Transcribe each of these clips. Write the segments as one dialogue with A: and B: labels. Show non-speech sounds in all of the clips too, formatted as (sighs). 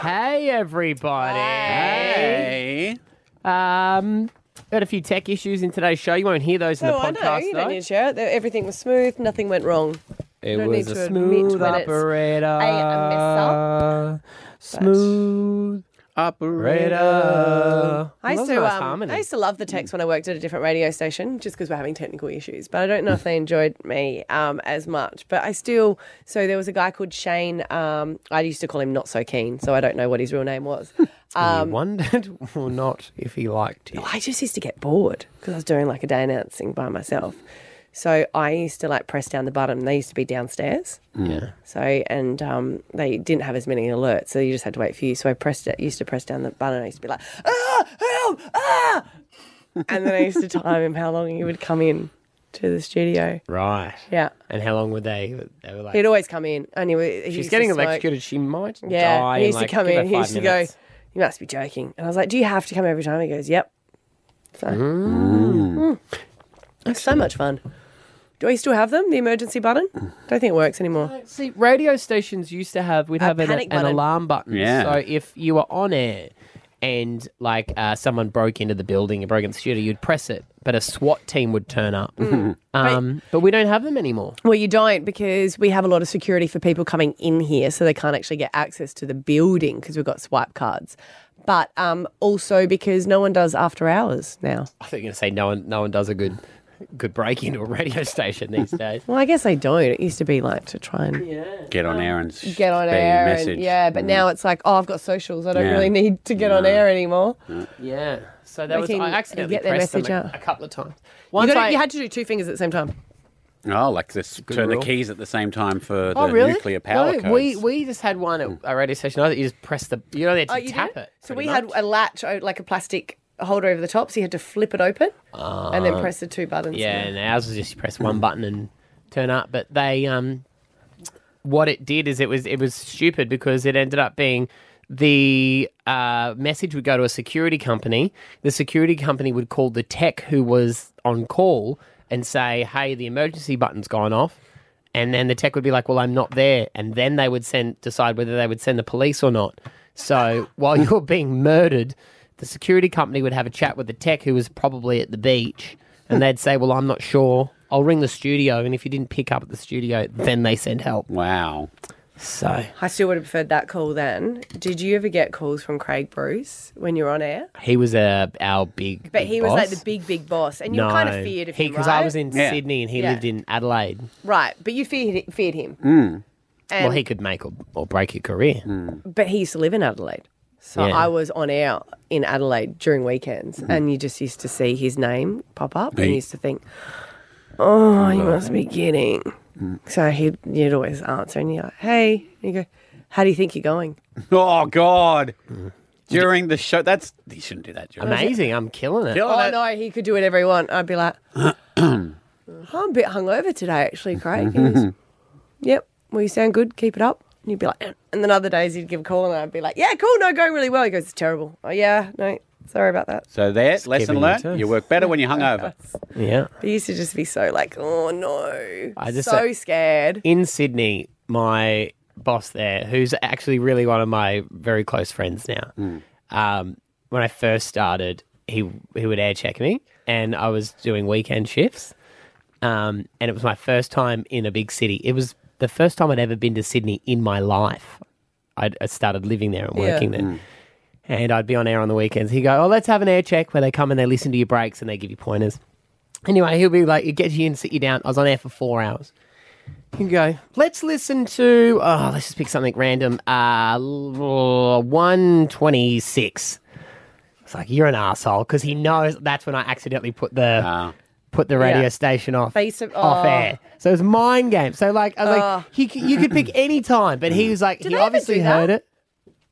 A: hey, everybody.
B: Hey.
A: Um, had a few tech issues in today's show. You won't hear those in the
C: No, Oh, I
A: podcast,
C: know. You don't
A: though.
C: need to share it. There- Everything was smooth. Nothing went wrong.
A: It
C: Don't
A: was
C: need
A: a
C: to admit
A: smooth
C: when it's
A: operator.
C: a
A: mess up. Smooth operator.
C: I used,
A: Those
C: to,
A: are nice
C: um,
A: harmonies.
C: I used to love the text when I worked at a different radio station just because we're having technical issues. But I don't know if they enjoyed me um, as much. But I still, so there was a guy called Shane. Um, I used to call him Not So Keen, so I don't know what his real name was. Um,
A: you wondered (laughs) or not if he liked you.
C: I just used to get bored because I was doing like a day announcing by myself. So I used to like press down the button. They used to be downstairs.
A: Mm. Yeah.
C: So and um, they didn't have as many alerts, so you just had to wait for you. So I pressed it. Used to press down the button. I used to be like, ah, help, ah, and then I used to time him how long he would come in to the studio.
A: Right.
C: Yeah,
A: And how long were they? They were like,
C: he'd always come in, and he, wa- he
A: she's
C: used
A: getting
C: to smoke.
A: electrocuted. She might
C: Yeah,
A: die.
C: he
A: in,
C: used
A: like,
C: to come
A: give her
C: in. He
A: five
C: used
A: minutes.
C: to go, "You must be joking," and I was like, "Do you have to come every time?" He goes, "Yep." So Mm. it's so much fun. Do we still have them? The emergency button? Don't think it works anymore.
A: See, radio stations used to have we'd have an,
C: panic
A: an
C: button.
A: alarm button.
C: Yeah.
A: So if you were on air and like uh, someone broke into the building and broke into the studio, you'd press it, but a SWAT team would turn up.
C: Mm.
A: Um, but, we don't have them anymore.
C: Well, you don't because we have a lot of security for people coming in here, so they can't actually get access to the building because we've got swipe cards. But um, also because no one does after hours now.
A: I thought you were going to say no one, no one does a good, good break into a radio (laughs) station these days.
C: Well, I guess they don't. It used to be like to try and
B: Get on air and
C: get on
B: Be
C: air,
B: messaged.
C: and yeah.
A: Mm.
C: But now it's like, oh, I've got socials. I don't
B: Yeah.
C: really need to get on air anymore.
A: Yeah. So that
C: They
A: was
C: can
A: I accidentally
C: get their
A: pressed them
C: message
A: a,
C: out.
A: a couple of times.
C: You,
A: Once
C: gotta-
A: I-
C: you had to do two fingers at the same time.
B: Oh, like this, turn
A: rule.
B: the keys at the same time for the
A: oh really?
B: nuclear power
A: no,
B: codes.
A: we we just had one at a radio station. I thought you just press the you know they had to
C: Oh, you
A: tap
C: did?
A: it.
C: So we had a latch, oh, like a plastic holder over the top, so you had to flip it open and then
A: Ah.
C: press the two buttons.
A: Yeah, and ours was just you press one button and turn up. But they, um, what it did is it was it was stupid because it ended up being the uh, message would go to a security company. The security company would call the tech who was on call and say, "Hey, the emergency button's gone off." And then the tech would be like, "Well, I'm not there," and then they would send decide whether they would send the police or not. So (laughs) while you're being murdered, the security company would have a chat with the tech who was probably at the beach, and they'd say, "Well, I'm not sure. I'll ring the studio, and if you didn't pick up at the studio, then they send help."
B: Wow.
A: So
C: I still would have preferred that call then. Did you ever get calls from Craig Bruce when you were on air?
A: he was uh, our big,
C: But
A: big
C: he was like
A: boss.
C: the big, big boss, and you were kind of
A: No.
C: feared of
A: He-
C: him,
A: I
C: right?
A: was in Sydney and he
C: Yeah.
A: lived in Adelaide.
C: Right, but you feared feared him. And-
A: well, he could make or, or break your career.
C: But he used to live in Adelaide. So
A: Yeah. Mm-hmm.
C: I was on air in Adelaide during weekends, and you just used to see his name pop up, and
A: He-
C: you used to think, "Oh, you must be kidding."
A: Mm.
C: So he'd you'd always answer, and you're like, "Hey," and you go, "How do you think you're going?"
B: Oh God! During the show, that's you shouldn't do that. During
C: Amazing,
A: I'm killing
C: oh no, he could do whatever he want. I'd
A: (clears throat)
C: be like, "I'm a bit hungover today, actually, Craig." He goes,
A: Mm-hmm.
C: "Yep, well, you sound good. Keep it up." And you'd be like, (clears throat) and then other days he'd give a call, and I'd be like, "Yeah, cool, no, going really well." He goes, "It's terrible." Oh yeah, no, sorry about that.
B: So there, lesson
A: giving you
B: learned.
A: tips.
B: You work better when you're hungover.
A: Yeah.
C: He used to just be so like, oh no,
A: I just
C: so
A: said-
C: scared.
A: In Sydney, my boss there, who's actually really one of my very close friends now, um, when I first started, he he would air check me, and I was doing weekend shifts, um, and it was my first time in a big city. It was the first time I'd ever been to Sydney in my life. I'd, I started living there and
D: Yeah.
A: working there. And I'd be on air on the weekends. He'd go, Oh, let's have an air check where they come and they listen to your breaks and they give you pointers. Anyway, he'll be like, He'd get you in, sit you down. I was on air for four hours. You go. Let's listen to. Oh, let's just pick something random. Uh, one twenty-six. It's like you're an asshole because he knows that's when I accidentally put the
B: Ah.
A: put the radio
C: Yeah.
A: station off
C: They used to-
A: off
C: oh.
A: air. So it's mind game. So like I was
C: Oh.
A: like, he c- you could pick any time, but he was like,
C: Do
A: he
C: they ever
A: obviously
C: do that?
A: heard it.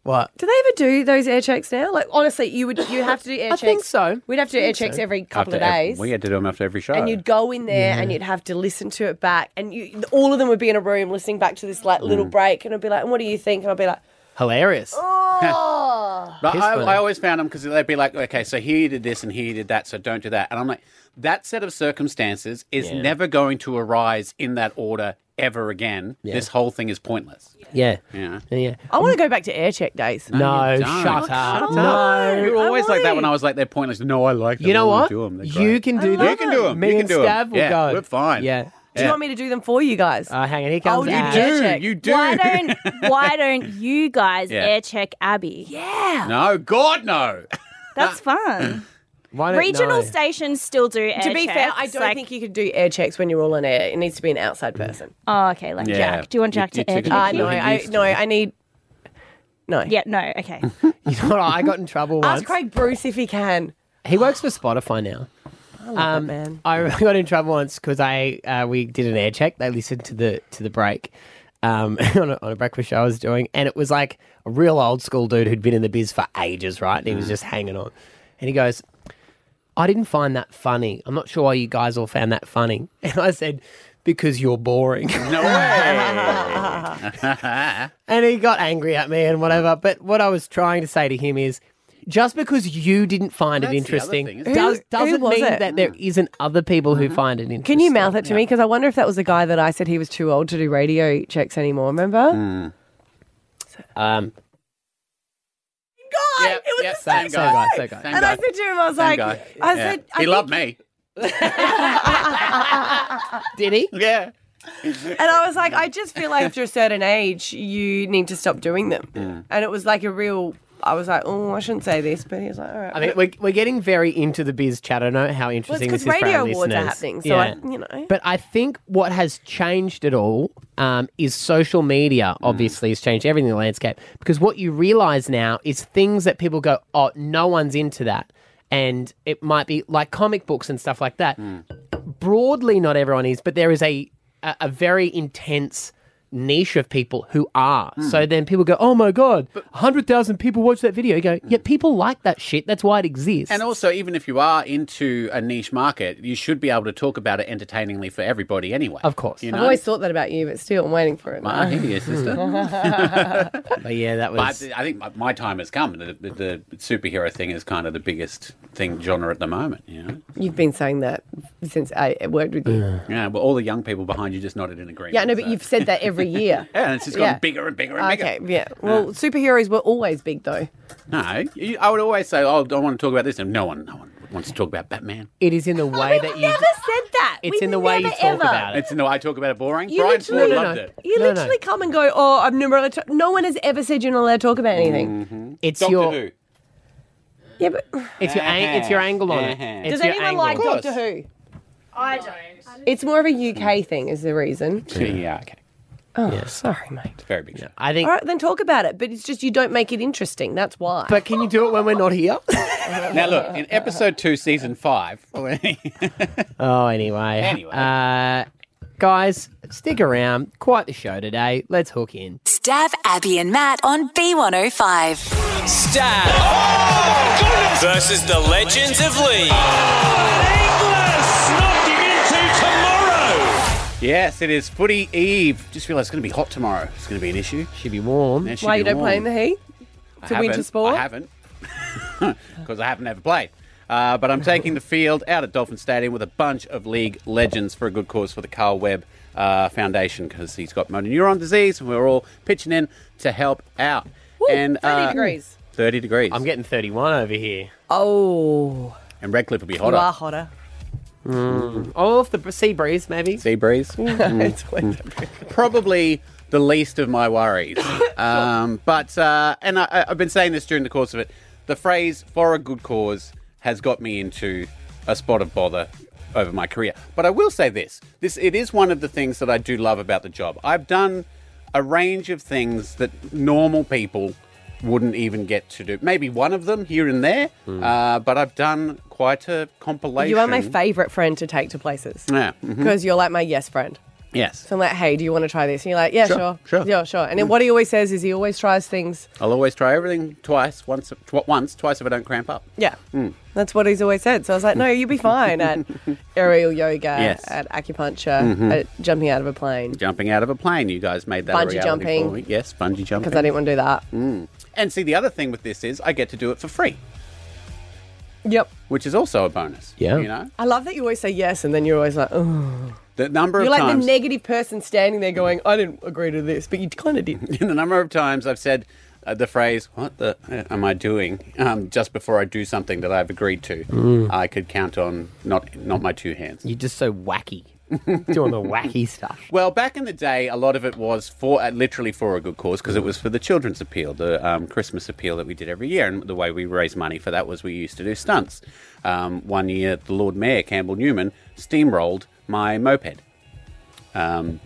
A: What?
C: Do they ever do those air checks now? Like honestly, you would you have to do air checks. I think
A: so.
C: We'd have to do air
A: Think so.
C: checks every couple
B: After
C: of
B: ev-
C: days.
B: we had to do them after every show.
C: and you'd go in there and you'd have to listen to it back, and you all of them would be in a room listening back to this like
B: Mm.
C: little break, and I'd be like, "And what do you think?" And I'd be like,
A: Hilarious.
C: "Oh,
B: But
A: Piss
B: I,
A: funny.
B: I always found them because they'd be like, okay, so he did this and he did that, so don't do that. And I'm like, that set of circumstances is
A: Yeah.
B: never going to arise in that order ever again, this whole thing is pointless.
A: Yeah.
B: Yeah.
A: Yeah.
C: I want to go back to air check days.
A: No,
B: you don't.
A: shut up.
C: Come
A: No.
C: on,
B: No, you were always
C: I
B: like that when
C: wanna-
B: I was like, they're pointless. No, I like them.
A: You know
B: I wanna
A: what?
B: do 'em. They're
A: You
B: great.
A: can do
C: I
A: that.
C: love
B: You can do them.
A: Me
B: you can
A: and
B: do 'em.
A: Stav will
B: yeah,
A: go.
B: We're fine.
A: Yeah.
C: Do you want me to do them for you guys?
A: Uh, hang on. Here
C: I'll
A: comes
C: Oh, do
A: Ash.
B: do.
C: air check.
B: You do.
D: Why
B: (laughs)
D: don't Why don't you guys
B: Yeah.
D: air check Abby? Yeah,
B: No, God, no.
D: that's
B: Mm.
D: fun.
A: Why don't-
D: Regional
A: no. (laughs)
D: stations still do air
C: To be fair, I
D: checks,
C: don't
D: like-
C: think you could do air checks when you're all on air. It needs to be an outside person.
D: Oh, okay, like
B: Yeah.
D: Jack. Do you want
B: You-
D: Jack
B: you
D: to air
B: took it
D: check?
B: up
C: Uh,
D: you?
C: no, I no, I need no.
D: Yeah, no,
B: (laughs)
D: okay.
A: You know what? I got in trouble once.
C: (laughs) Ask Craig Bruce if he can.
A: He works for Spotify now.
C: Um, man.
A: I (laughs) got in trouble once because I uh, we did an air check. They listened to the to the break um, (laughs) on, a, on a breakfast show I was doing, and it was like a real old school dude who'd been in the biz for ages, right? And he was just hanging on, and he goes, "I didn't find that funny. I'm not sure why you guys all found that funny." (laughs) And I said, "Because you're boring." (laughs)
B: No way.
A: and he got angry at me and
C: Mm.
A: whatever. But what I was trying to say to him is, just because you didn't find
B: That's
A: it
B: the other
A: interesting
B: thing, isn't it?
A: does,
C: Who- who
A: doesn't
C: was
A: mean
C: it? Mm. Mm-hmm.
A: that there isn't other people who find it interesting.
C: Can you mouth it to me? Because I wonder if that was the guy that I said he was too old to do radio checks anymore. Remember?
A: Mm. Um,
C: God,
B: Yep,
C: it was
B: yep,
C: the same,
B: same guy,
C: guy.
A: same guy.
B: Same
C: And
B: guy.
C: I said to him, I was
B: Same
C: like,
B: guy.
C: I
B: Yeah.
C: said, I
B: he
C: think-
B: loved me.
A: did he?
B: Yeah.
C: (laughs) and I was like, I just feel like after a certain age, you need to stop doing them.
B: Mm.
C: And it was like a real. I was like, oh, I shouldn't say this, but he was like, all right.
A: I mean, we're, we're getting very into the biz chat. I know how
C: well, it's
A: interesting this
C: because
A: is for
C: radio
A: our
C: awards are
A: listeners.
C: happening, so I, you know.
A: But I think what has changed it all um, is social
D: Mm.
A: media. Obviously, has changed everything in the landscape because what you realize now is things that people go, "Oh, no one's into that," and it might be like comic books and stuff like that.
D: Mm.
A: Broadly, not everyone is, but there is a a, a very intense niche of people who are.
D: Mm.
A: So then people go, "Oh my god, hundred thousand people watch that video." You go,
D: Mm.
A: "Yeah, people like that shit. That's why it exists."
B: And also, even if you are into a niche market, you should be able to talk about it entertainingly for everybody anyway.
A: Of course.
B: You
C: I've
B: know?
C: always thought that about you, but still, I'm waiting for it.
B: My
A: (laughs)
B: idiot sister.
A: but yeah, that was.
B: I, I think my, my time has come. The, the, the superhero thing is kind of the biggest thing genre at the moment. You know?
C: You've been saying that since I worked with you. Yeah,
B: Yeah, well, all the young people behind you just nodded in agreement.
C: no, but
B: so-
C: you've said that every year.
B: (laughs) Yeah, and it's just gotten
C: Yeah.
B: bigger and bigger and bigger.
C: okay, yeah. Well, superheroes were always big, though.
B: No, you, I would always say, "Oh, I don't want to talk about this," and no one, no one wants to talk about Batman.
A: it is
D: (laughs)
A: in the way that you.
D: Never said that.
A: It's
D: We've
A: in the way you
D: never,
A: talk
D: ever.
A: about it.
B: It's no, I talk about it boring.
C: You
B: Brian
C: literally-
B: Ford
A: No, no,
B: loved
A: no.
B: it.
C: You
A: No, no.
C: literally come and go, oh, I'm never allowed to. No one has ever said you're not allowed to talk about anything.
A: It's
B: Doctor
A: your.
B: Who.
C: Yeah, but
A: It's your ang- it's your angle on it.
B: Uh-huh.
A: It's
C: does
A: your
C: anyone
A: angle.
C: like
B: Of course.
C: Doctor Who?
D: I don't.
C: It's more of a
A: Mm.
C: UK thing, is the reason.
B: Yeah, yeah, okay.
C: Oh, sorry, mate.
B: Very big. show.
A: I think.
C: All right, then talk about it. But it's just you don't make it interesting. That's why.
A: But can you do it when we're not here?
B: Now look, in episode two, season
C: (laughs)
B: five.
A: (laughs) oh, anyway.
B: Anyway.
A: Uh, guys, stick around. Quite the show today. Let's hook in.
E: Stab Abby and Matt on B105.
F: Stab versus the Legends of Lee.
B: yes, it is Footy Eve. Just realised it's going to be hot tomorrow. It's going to be an issue.
A: Should be warm.
B: It should
C: why
B: be
C: you don't play in
B: warm.
C: the heat? It's a
B: haven't.
C: winter sport.
B: I haven't (laughs) because I haven't ever played. Uh, but I'm taking the field out at Dolphin Stadium with a bunch of league legends for a good cause for the Carl Webb uh, Foundation because he's got motor neuron disease and we're all pitching in to help out. and
C: 30 degrees.
B: 30 degrees.
A: I'm getting 31 over here.
C: Oh,
B: and Redcliffe will be
C: you are
B: hotter.
C: hotter.
A: Oh, if the sea breeze, maybe.
B: Sea breeze.
C: It's winter.
A: Mm.
B: probably the least of my worries. um, but uh, and I, I- I've been saying this during the course of it. The phrase "for a good cause" has got me into a spot of bother over my career. But I will say this: this it is one of the things that I do love about the job. I've done a range of things that normal people wouldn't even get to do. Maybe one of them here and there, uh, but I've done quite a compilation.
C: You are my favourite friend to take to
A: Mm-hmm.
C: places
B: Yeah. mhm.
C: because you're like my yes friend.
B: Yes.
C: So I'm like, hey, do you want to try this? And you're like, yeah,
B: Sure,
C: sure,
B: sure.
C: yeah, sure. And then what he always says is he always tries things.
B: I'll always try everything twice, once, tw- once, twice if I don't cramp up.
C: Yeah, that's what he's always said. So I was like, no, you'll be fine at aerial yoga,
B: Yes.
C: at acupuncture, at jumping out of a plane
B: Jumping out of a plane, you guys made that a
C: Bungee
B: reality
C: jumping.
B: for me. Yes, bungee jumping.
C: because I didn't want to do that.
B: and see, the other thing with this is I get to do it for free,
C: Yep.
B: which is also a bonus.
A: Yeah.
B: You know?
C: I love that you always say yes, and then you're always like, oh,
B: The number
C: You're
B: of
C: like
B: times,
C: the negative person standing there going, I didn't agree to this, but you kind of did.
B: (laughs) (laughs) the number of times I've said uh, the phrase "What the uh, am I doing?" Um, just before I do something that I've agreed to, I could count on not not my two hands.
A: You're just so wacky.
B: (laughs)
A: Doing the wacky stuff.
B: Well, back in the day, a lot of it was for uh, literally for a good cause because it was for the children's appeal, the um, Christmas appeal that we did every year, and the way we raised money for that was we used to do stunts. Um, one year, the Lord Mayor Campbell Newman steamrolled my moped. Um,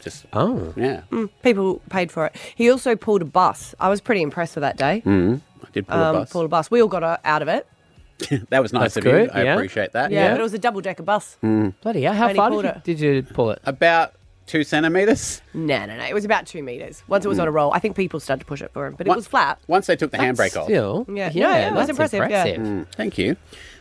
B: just
A: Oh.
B: yeah,
C: People paid for it. He also pulled a bus. I was pretty impressed with that day.
B: I did pull
C: um,
B: a bus.
C: Pulled a bus. We all got uh, out of it.
B: (laughs) that was nice
A: That's
B: of
A: good,
B: you. I
A: yeah.
B: appreciate that.
C: Yeah,
A: Yeah.
C: but it was a double decker bus.
A: Bloody hell. How
C: And he
A: far
C: pulled
A: did
C: it.
A: you, did you pull it?
B: about two centimeters.
C: No, no, no. It was about two meters. Once it was on a roll, I think people started to push it for him, but it
B: Once-
C: was flat.
B: Once they took the handbrake off.
A: Still.
C: Yeah. No, yeah, it was
A: that's
C: impressive, yeah.
B: Mm, Thank you.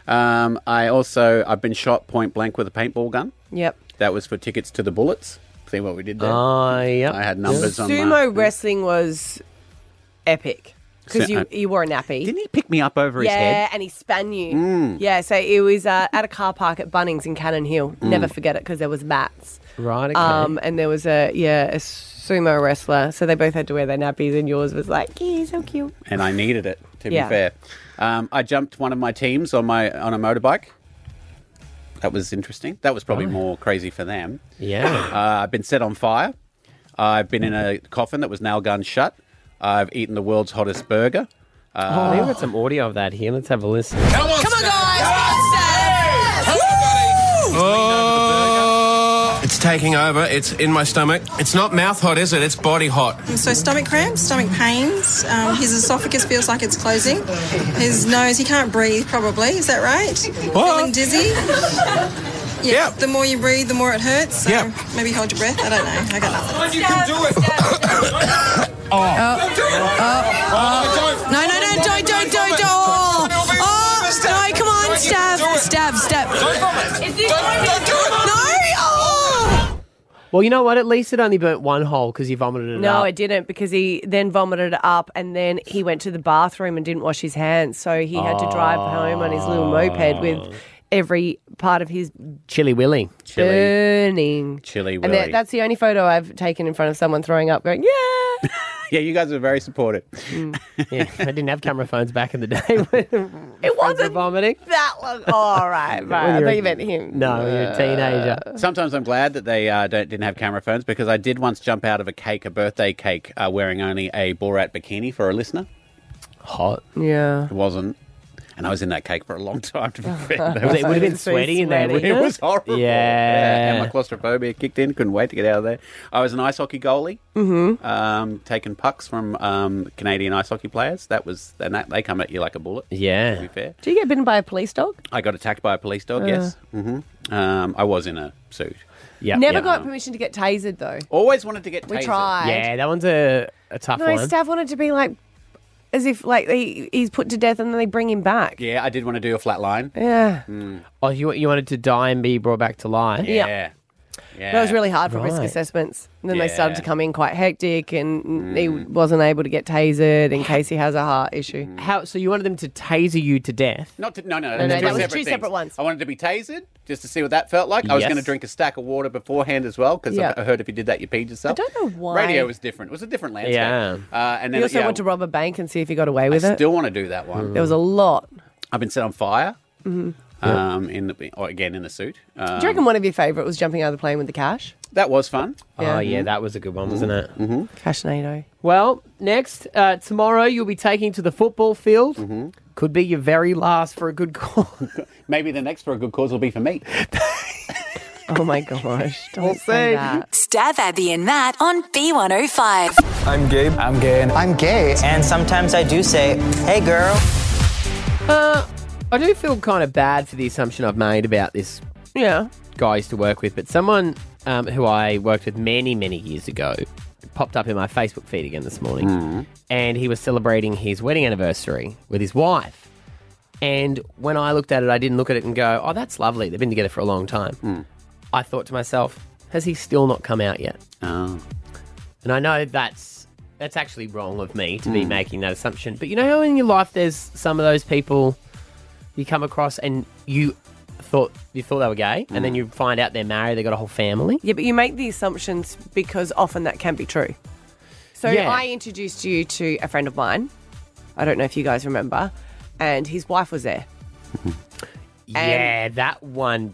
B: Um, I also I've been shot point blank with a paintball gun.
C: Yep.
B: That was for tickets to the Bullets. See what we did there?
A: Ah, yep.
B: I had numbers on
C: Sumo
B: that.
C: wrestling was epic because you,
B: So- uh,
C: you wore a nappy.
B: Didn't he pick me up over his
C: yeah,
B: head? Mm.
C: and he span you. Yeah, so it was uh, at a car park at Bunnings in Cannon Hill.
B: Mm.
C: Never forget it because there was bats.
A: Right, okay.
C: Um, and there was a yeah a sumo wrestler, so they both had to wear their nappies, and yours was like, yeah, so cute.
B: And I needed it, to
C: Yeah.
B: be fair. Um, I jumped one of my teams on my on a motorbike. That was interesting. That was probably more crazy for them.
A: Oh. yeah.
B: Uh, I've been set on fire. I've been in a coffin that was nail gun shut. I've eaten the world's hottest burger.
A: I think we've got some audio of that here. Let's have a listen.
F: Come on, Come on guys.
G: It's taking over. It's in my stomach. It's not mouth hot, is it? It's body hot.
H: So stomach cramps, stomach pains. Um, his esophagus feels like it's closing. His nose, he can't breathe. Probably is that right?
G: What?
H: Feeling dizzy. Yeah.
G: Yep.
H: The more you breathe, the more it hurts. So
G: Yep.
H: maybe hold your breath. I don't know. I got nothing.
F: You can do
H: (laughs)
F: it.
H: Oh.
F: Oh.
H: No, no, no! Don't, don't, Oh. don't, don't! Oh no! Come on, stab, stab, stab. No! Oh!
A: Well, you know what? At least it only burnt one hole because you vomited it
C: No,
A: up.
C: I didn't because he then vomited it up, and then he went to the bathroom and didn't wash his hands, so he had to drive home on his little moped with every part of his
A: Chilly Willy.
B: Chili.
C: burning.
B: Chili
C: And
B: Willy.
C: that, that's the only photo I've taken in front of someone throwing up, going, "Yeah."
B: yeah, you guys were very supportive.
A: Yeah, I didn't have camera phones back in the day. (laughs) it wasn't vomiting.
C: that was all right, right. I
A: you're
C: thought
A: a-
C: you meant him.
A: No, you're a teenager.
B: Sometimes I'm glad that they uh, don't, didn't have camera phones because I did once jump out of a cake, a birthday cake, uh, wearing only a Borat bikini for a listener.
A: Hot.
C: Yeah.
B: It wasn't. And I was in that cake for a long time,
C: (laughs)
B: to be fair. That
A: It
B: was-
A: would have been
C: so
A: sweaty in there,
C: sweaty.
A: wouldn't
B: (laughs) it was horrible.
A: Yeah.
B: And my claustrophobia kicked in. Couldn't wait to get out of there. I was an ice hockey goalie, mm-hmm. um, taking pucks from um, Canadian ice hockey players. That was, and that, they come at you like a bullet. To
A: Yeah.
B: be fair,
C: Do you get bitten by a police dog?
B: I got attacked by a police dog. Yes.
C: Uh.
B: Mm-hmm. Um, I was in a suit.
A: Yeah.
C: Never
A: yeah.
C: got permission to get tasered though.
B: Always wanted to get.
C: We
B: tasered.
C: tried.
A: Yeah, that one's a, a tough
C: No,
A: one.
C: staff wanted to be like, as if like he, he's put to death and then they bring him back.
B: Yeah, I did want to do a flat line.
C: Yeah.
A: oh, you, you wanted to die and be brought back to life?
C: Yeah.
B: Yeah. Yeah.
C: That was really hard for risk
A: Right.
C: assessments. And then they started to
B: Yeah.
C: come in quite hectic, and he wasn't able to get tasered in case he has a heart issue.
A: How? So you wanted them to taser you to death?
B: Not to, no, no,
C: no,
B: that's
C: that was two
B: things.
C: separate ones.
B: I wanted to be tasered just to see what that felt like. I was
A: Yes.
B: going to drink a stack of water beforehand as well because
C: Yeah.
B: I heard if you did that, you peed yourself.
C: I don't know why.
B: Radio was different. It was a different landscape.
A: Yeah.
B: Uh, and then
C: He also
B: yeah,
C: went to rob a bank and see if he got away
B: I
C: with it. Mm-hmm.
B: still want to do that one.
C: there was a lot.
B: I've been set on fire.
C: Mm-hmm.
B: Um, in the or again in the suit. Um,
C: Do you reckon one of your favourite was jumping out of the plane with the cash?
B: that was fun. Uh,
A: Oh, yeah, that was a good one, wasn't it?
C: Cash NATO.
A: Mm-hmm. Well, next, uh, tomorrow you'll be taking to the football field. Could be your very last for a good (laughs) cause.
B: Maybe the next for a good cause will be for
C: (laughs)
B: me.
C: Oh my gosh. Don't say
A: see.
C: that.
E: Stab Abby and Matt on B105.
I: I'm Gabe. I'm gay. I'm gay. And sometimes I do say, hey girl.
A: Uh, I do feel kind of bad for the assumption I've made about this
C: Yeah.
A: guy I used to work with, but someone um, who I worked with many, many years ago popped up in my Facebook feed again this morning. And he was celebrating his wedding anniversary with his wife. And when I looked at it, I didn't look at it and go, oh, that's lovely. They've been together for a long time. I thought to myself, has he still not come out yet?
B: Oh.
A: And I know that's that's actually wrong of me to be
B: Hmm.
A: making that assumption. But you know how in your life there's some of those people you come across and you thought you thought they were gay, and
B: Hmm.
A: then you find out they're married. They got a whole family.
C: Yeah, but you make the assumptions because often that can be true. So
A: Yeah.
C: I introduced you to a friend of mine. I don't know if you guys remember, and his wife was there.
A: yeah, that one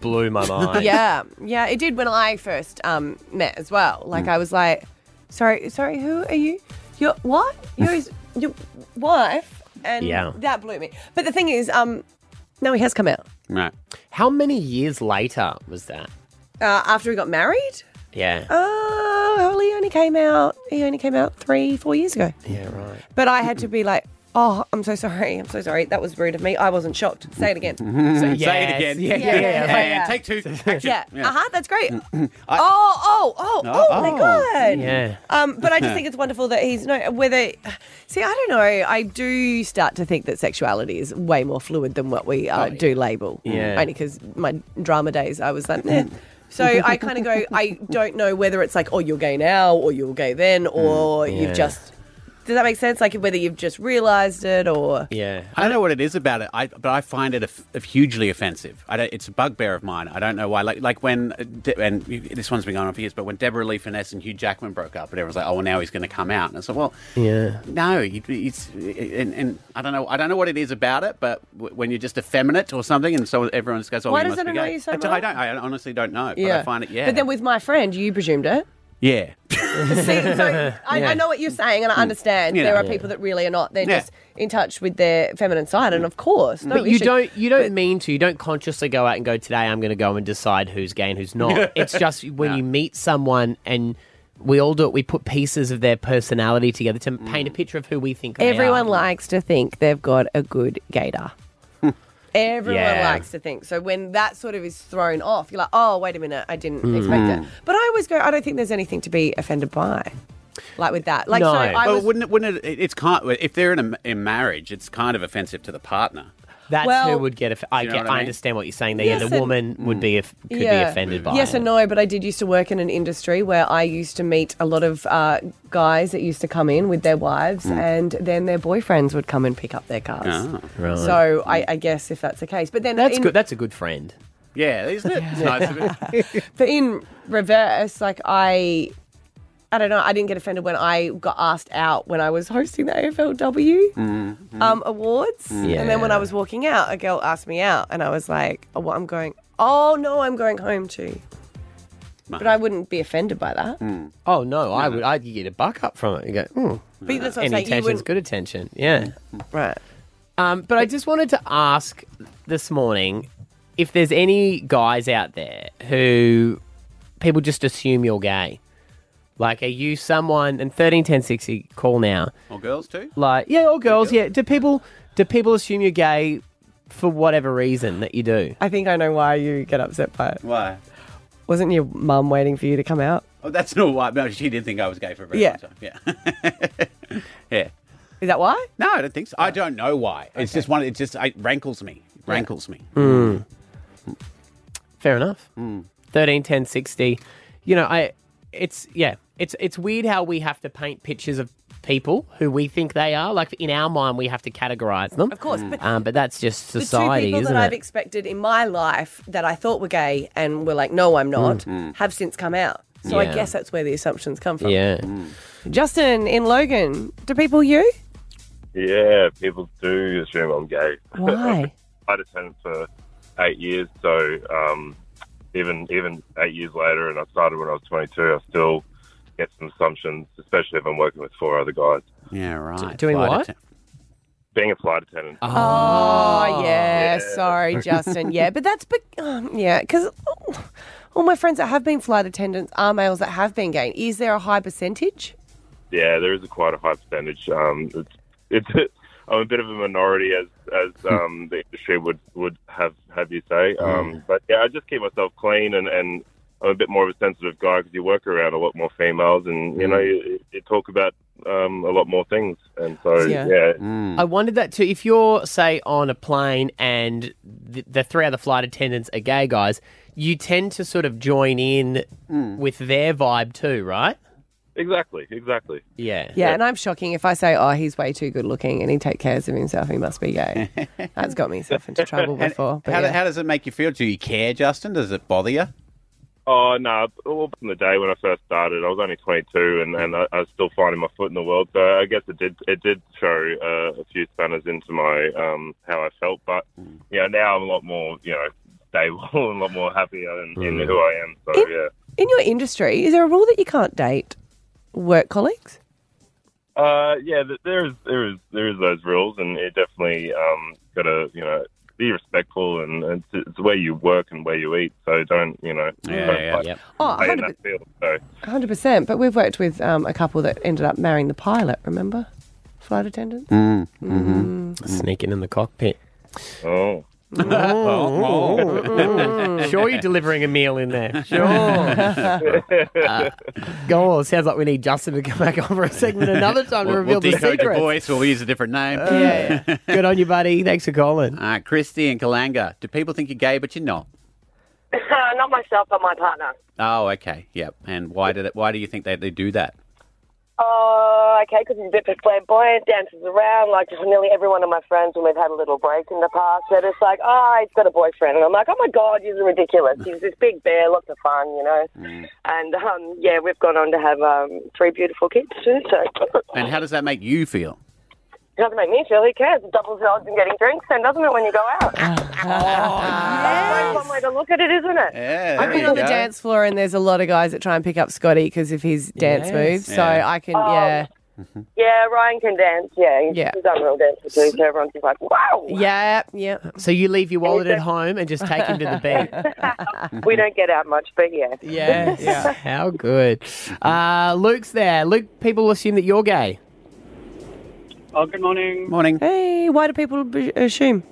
A: blew
B: (laughs)
A: my mind.
C: yeah, yeah, it did when I first um, met as well. Like
A: Mm.
C: I was like, sorry, sorry, who are you? Your what? You're his your wife, and
A: Yeah.
C: that blew me. But the thing is, um, no, he has come out
B: Right.
A: How many years later was that?
C: uh, after he got married.
A: Yeah.
C: Oh, well, he only came out. He only came out three, four years ago.
A: yeah. Right.
C: But I had to be like, oh, I'm so sorry. I'm so sorry. That was rude of me. I wasn't shocked. Say it again.
A: So,
B: Mm-hmm. Say it
A: yes,
B: again.
A: Yeah. Yeah. yeah.
B: Yeah,
C: (laughs) yeah.
B: yeah, Take two. Action.
C: yeah. Uh huh. That's great. oh, oh, oh, oh, my
B: Oh.
C: God.
A: Yeah.
C: Um, but
B: (laughs)
C: I just think it's wonderful that he's no whether. See, I don't know. I do start to think that sexuality is way more fluid than what we uh, do label.
A: Yeah.
C: Only because my drama days, I was like, eh.
B: Mm.
C: so I kind of go. I don't know whether it's like, oh, you're gay now, or you're gay
B: Mm.
C: then, or
A: yeah.
C: you've just. Does that make sense? Like whether you've just realised it or.
B: I don't know what it is about it, I, but I find it of hugely offensive. I don't, it's a bugbear of mine. I don't know why. Like, like when uh, De- and this one's been going on for years, but when Deborah Lee Finesse and Hugh Jackman broke up, and everyone's like, "Oh, well, now he's going to come out," and it's like, "Well,
A: Yeah.
B: no, you, it's and, and I don't know. I don't know what it is about it, but w- when you're just effeminate or something, and so everyone just goes, "Oh,
C: Why
B: you
C: does
B: must
C: it
B: be
C: annoy
B: gay."
C: you so
B: I, don't- I
C: much?
B: don't. I honestly don't know. But I find it. Yeah.
C: But then with my friend, you presumed it.
B: yeah.
C: See,
A: (laughs)
C: so I, I know what you're saying, and I understand
B: Yeah.
C: there are
B: Yeah.
C: people that really are not. They're
B: Yeah.
C: just in touch with their feminine side, and of course, no,
A: But you
C: should-
A: don't you don't mean to. You don't consciously go out and go today. I'm going to go and decide who's gay and who's
C: (laughs)
A: not. it's just when you meet someone and we all do it. We put pieces of their personality together to paint a picture of who we think. they
C: Mm. Everyone
A: are.
C: likes to think they've got a good
A: (laughs)
C: gator. Everyone
A: Yeah.
C: likes to think. So when that sort of is thrown off, you're like, oh, wait a minute, I didn't expect
A: Hmm.
C: that. But I always go, I don't think there's anything to be offended by. Like with that. Like,
A: No.
C: so I
B: Well,
C: was.
B: wouldn't it? Wouldn't it? it- It's kind. If they're in a in marriage, it's kind of offensive to the partner.
A: That's who
C: Well-
A: would get. Aff- I,
B: You know
A: get
B: what I
A: I
B: mean?
A: understand what you're saying. There,
C: Yes
A: yeah, the
C: and- mm.
A: woman would be if, could be offended by.
C: Yes
A: it.
C: and no, but I did used to work in an industry where I used to meet a lot of uh, guys that used to come in with their wives,
A: Mm.
C: and then their boyfriends would come and pick up their cars.
A: Right.
C: So I, I guess if that's the case, but then
A: that's
C: in,
A: good. That's a good friend.
B: Yeah, isn't it? It's nice
C: (laughs)
B: of it.
C: But in reverse, like I, I don't know. I didn't get offended when I got asked out when I was hosting the AFLW um, awards, and then when I was walking out, a girl asked me out, and I was like, "Oh, well, I'm going. Oh no, I'm going home too." But I wouldn't be offended by that.
A: Oh no, I would. I'd get a buck up from it. You go. Mm,
C: But that's what I'm
A: any
C: saying. You
A: attention's
C: wouldn't,
A: good attention. Yeah.
C: right?
A: Um, but I just wanted to ask this morning if there's any guys out there who people just assume you're gay. Like, are you someone? And thirteen ten sixty call now.
B: Or girls too.
A: Like, yeah, all girls. Yeah. Do people do people assume you're gay for whatever reason that you do?
C: I think I know why you get upset by it.
B: Why?
C: Wasn't your mum waiting for you to come out?
B: Oh, that's not why. No, she did think I was gay for a very
C: Yeah.
B: long time. Yeah. (laughs) yeah.
C: Is that why?
B: No, I don't think so. I don't know why. It's just one. It just it rankles me. It rankles me.
A: Fair enough. Thirteen, ten, sixty. You know, I. It's yeah. It's it's weird how we have to paint pictures of people who we think they are. Like in our mind, we have to categorize them.
C: Of course, but
A: Um, but that's just
C: the
A: society,
C: two people
A: isn't
C: that I've
A: it?
C: expected in my life that I thought were gay and were like, no, I'm not, have since come out. So
A: Yeah.
C: I guess that's where the assumptions come from.
A: yeah.
C: Justin in Logan, do people you?
J: Yeah, people do assume I'm gay.
C: (laughs)
J: (laughs)
C: Why?
J: I had a tenant for eight years, so um, even even eight years later, and I started when I was 22. I still get some assumptions, especially if I'm working with four other guys.
B: Yeah, right.
A: doing
B: Flight
A: what?
B: attendant.
J: Being a flight attendant,
C: Oh, yeah, sorry, Justin. Yeah, but that's but um, yeah, because all my friends that have been flight attendants are males that have been gay. Is there a high percentage?
J: yeah, there is a quite a high percentage. Um, it's it's (laughs) I'm a bit of a minority as as um, the industry would would have have you say. Um, but yeah, I just keep myself clean and and. I'm a bit more of a sensitive guy because you work around a lot more females, and you know you, you talk about um, a lot more things, and so
C: Yeah.
J: yeah
A: I wondered that too. If you're say on a plane and the, the three other flight attendants are gay Mm. guys, you tend to sort of join in with their vibe too, right?
J: Exactly, exactly.
A: Yeah.
C: Yeah, and I'm shocking if I say, "Oh, he's way too good looking and he take cares of himself. He must be gay." That's got myself into trouble
B: And
C: before. But
B: how,
C: yeah.
B: how does it make you feel? Do you care, Justin? Does it bother you?
J: Oh no! All from the day when I first started, I was only 22, and, and I, I was still finding my foot in the world. So I guess it did it did throw uh, a few spanners into my um, how I felt. But
C: Mm.
J: you know, now I'm a lot more you know stable (laughs) and a lot more happier in, in who I am. So yeah.
C: In your industry, is there a rule that you can't date work colleagues?
J: Uh, yeah, th- there is there is there is those rules, and it definitely um got to you know be respectful, and, and it's, it's where you work and where you eat. So don't you know
C: Yeah,
J: don't
C: yeah,
J: fight-
C: yeah. Oh,
J: fight in that field. So
C: 100%. But we've worked with um, a couple that ended up marrying the pilot, remember? Flight attendant.
A: Mm. Sneaking in the cockpit.
J: Oh.
A: sure,
C: Mm.
A: you're delivering a meal in
C: (laughs)
A: there. Sure. uh, oh, sounds like we need Justin to come back on for a segment another time to
B: We'll-
A: reveal the
B: we'll decode your
A: secret.
B: voice. We'll use a different name.
A: Yeah. Good on you, buddy. Thanks for calling.
B: (laughs) Uh, Christy and Kalanga. Do people think you're gay, but you're not?
K: (laughs) Not myself, but my partner.
B: Oh, okay. Yep. And why did it? Why do you think they, they do that?
K: Oh, okay, because he's a bit flamboyant, dances around, like just nearly every one of my friends when we've had a little break in the past, that it's like, oh, he's got a boyfriend. And I'm like, oh my God, he's ridiculous. He's this big bear, lots of fun, you know. And um, yeah, we've gone on to have um, three beautiful kids soon, so (laughs) it
B: And how does that make you feel?
K: doesn't make me feel, who cares? It doubles the odds in getting drinks, then doesn't it, when you go out?
C: Ah.
K: That's one way to look at it, isn't it?
B: Yeah.
C: I've been on the dance floor, and there's a lot of guys that try and pick up Scotty because of his dance
K: Yes.
C: moves. So
K: Yeah.
C: I can,
K: Oh,
C: yeah.
K: Yeah, Ryan can dance. Yeah, he's,
C: Yeah.
K: he's unreal dancer too. So everyone's just like, wow.
C: Yeah, yeah.
A: So you leave your wallet at home and just take him to the beach.
K: we don't get out much, but yeah.
A: Yeah, yeah. How good. Uh, Luke's there. Luke, people assume that you're gay.
L: Oh, good morning.
B: Morning.
C: Hey, why do people b- assume?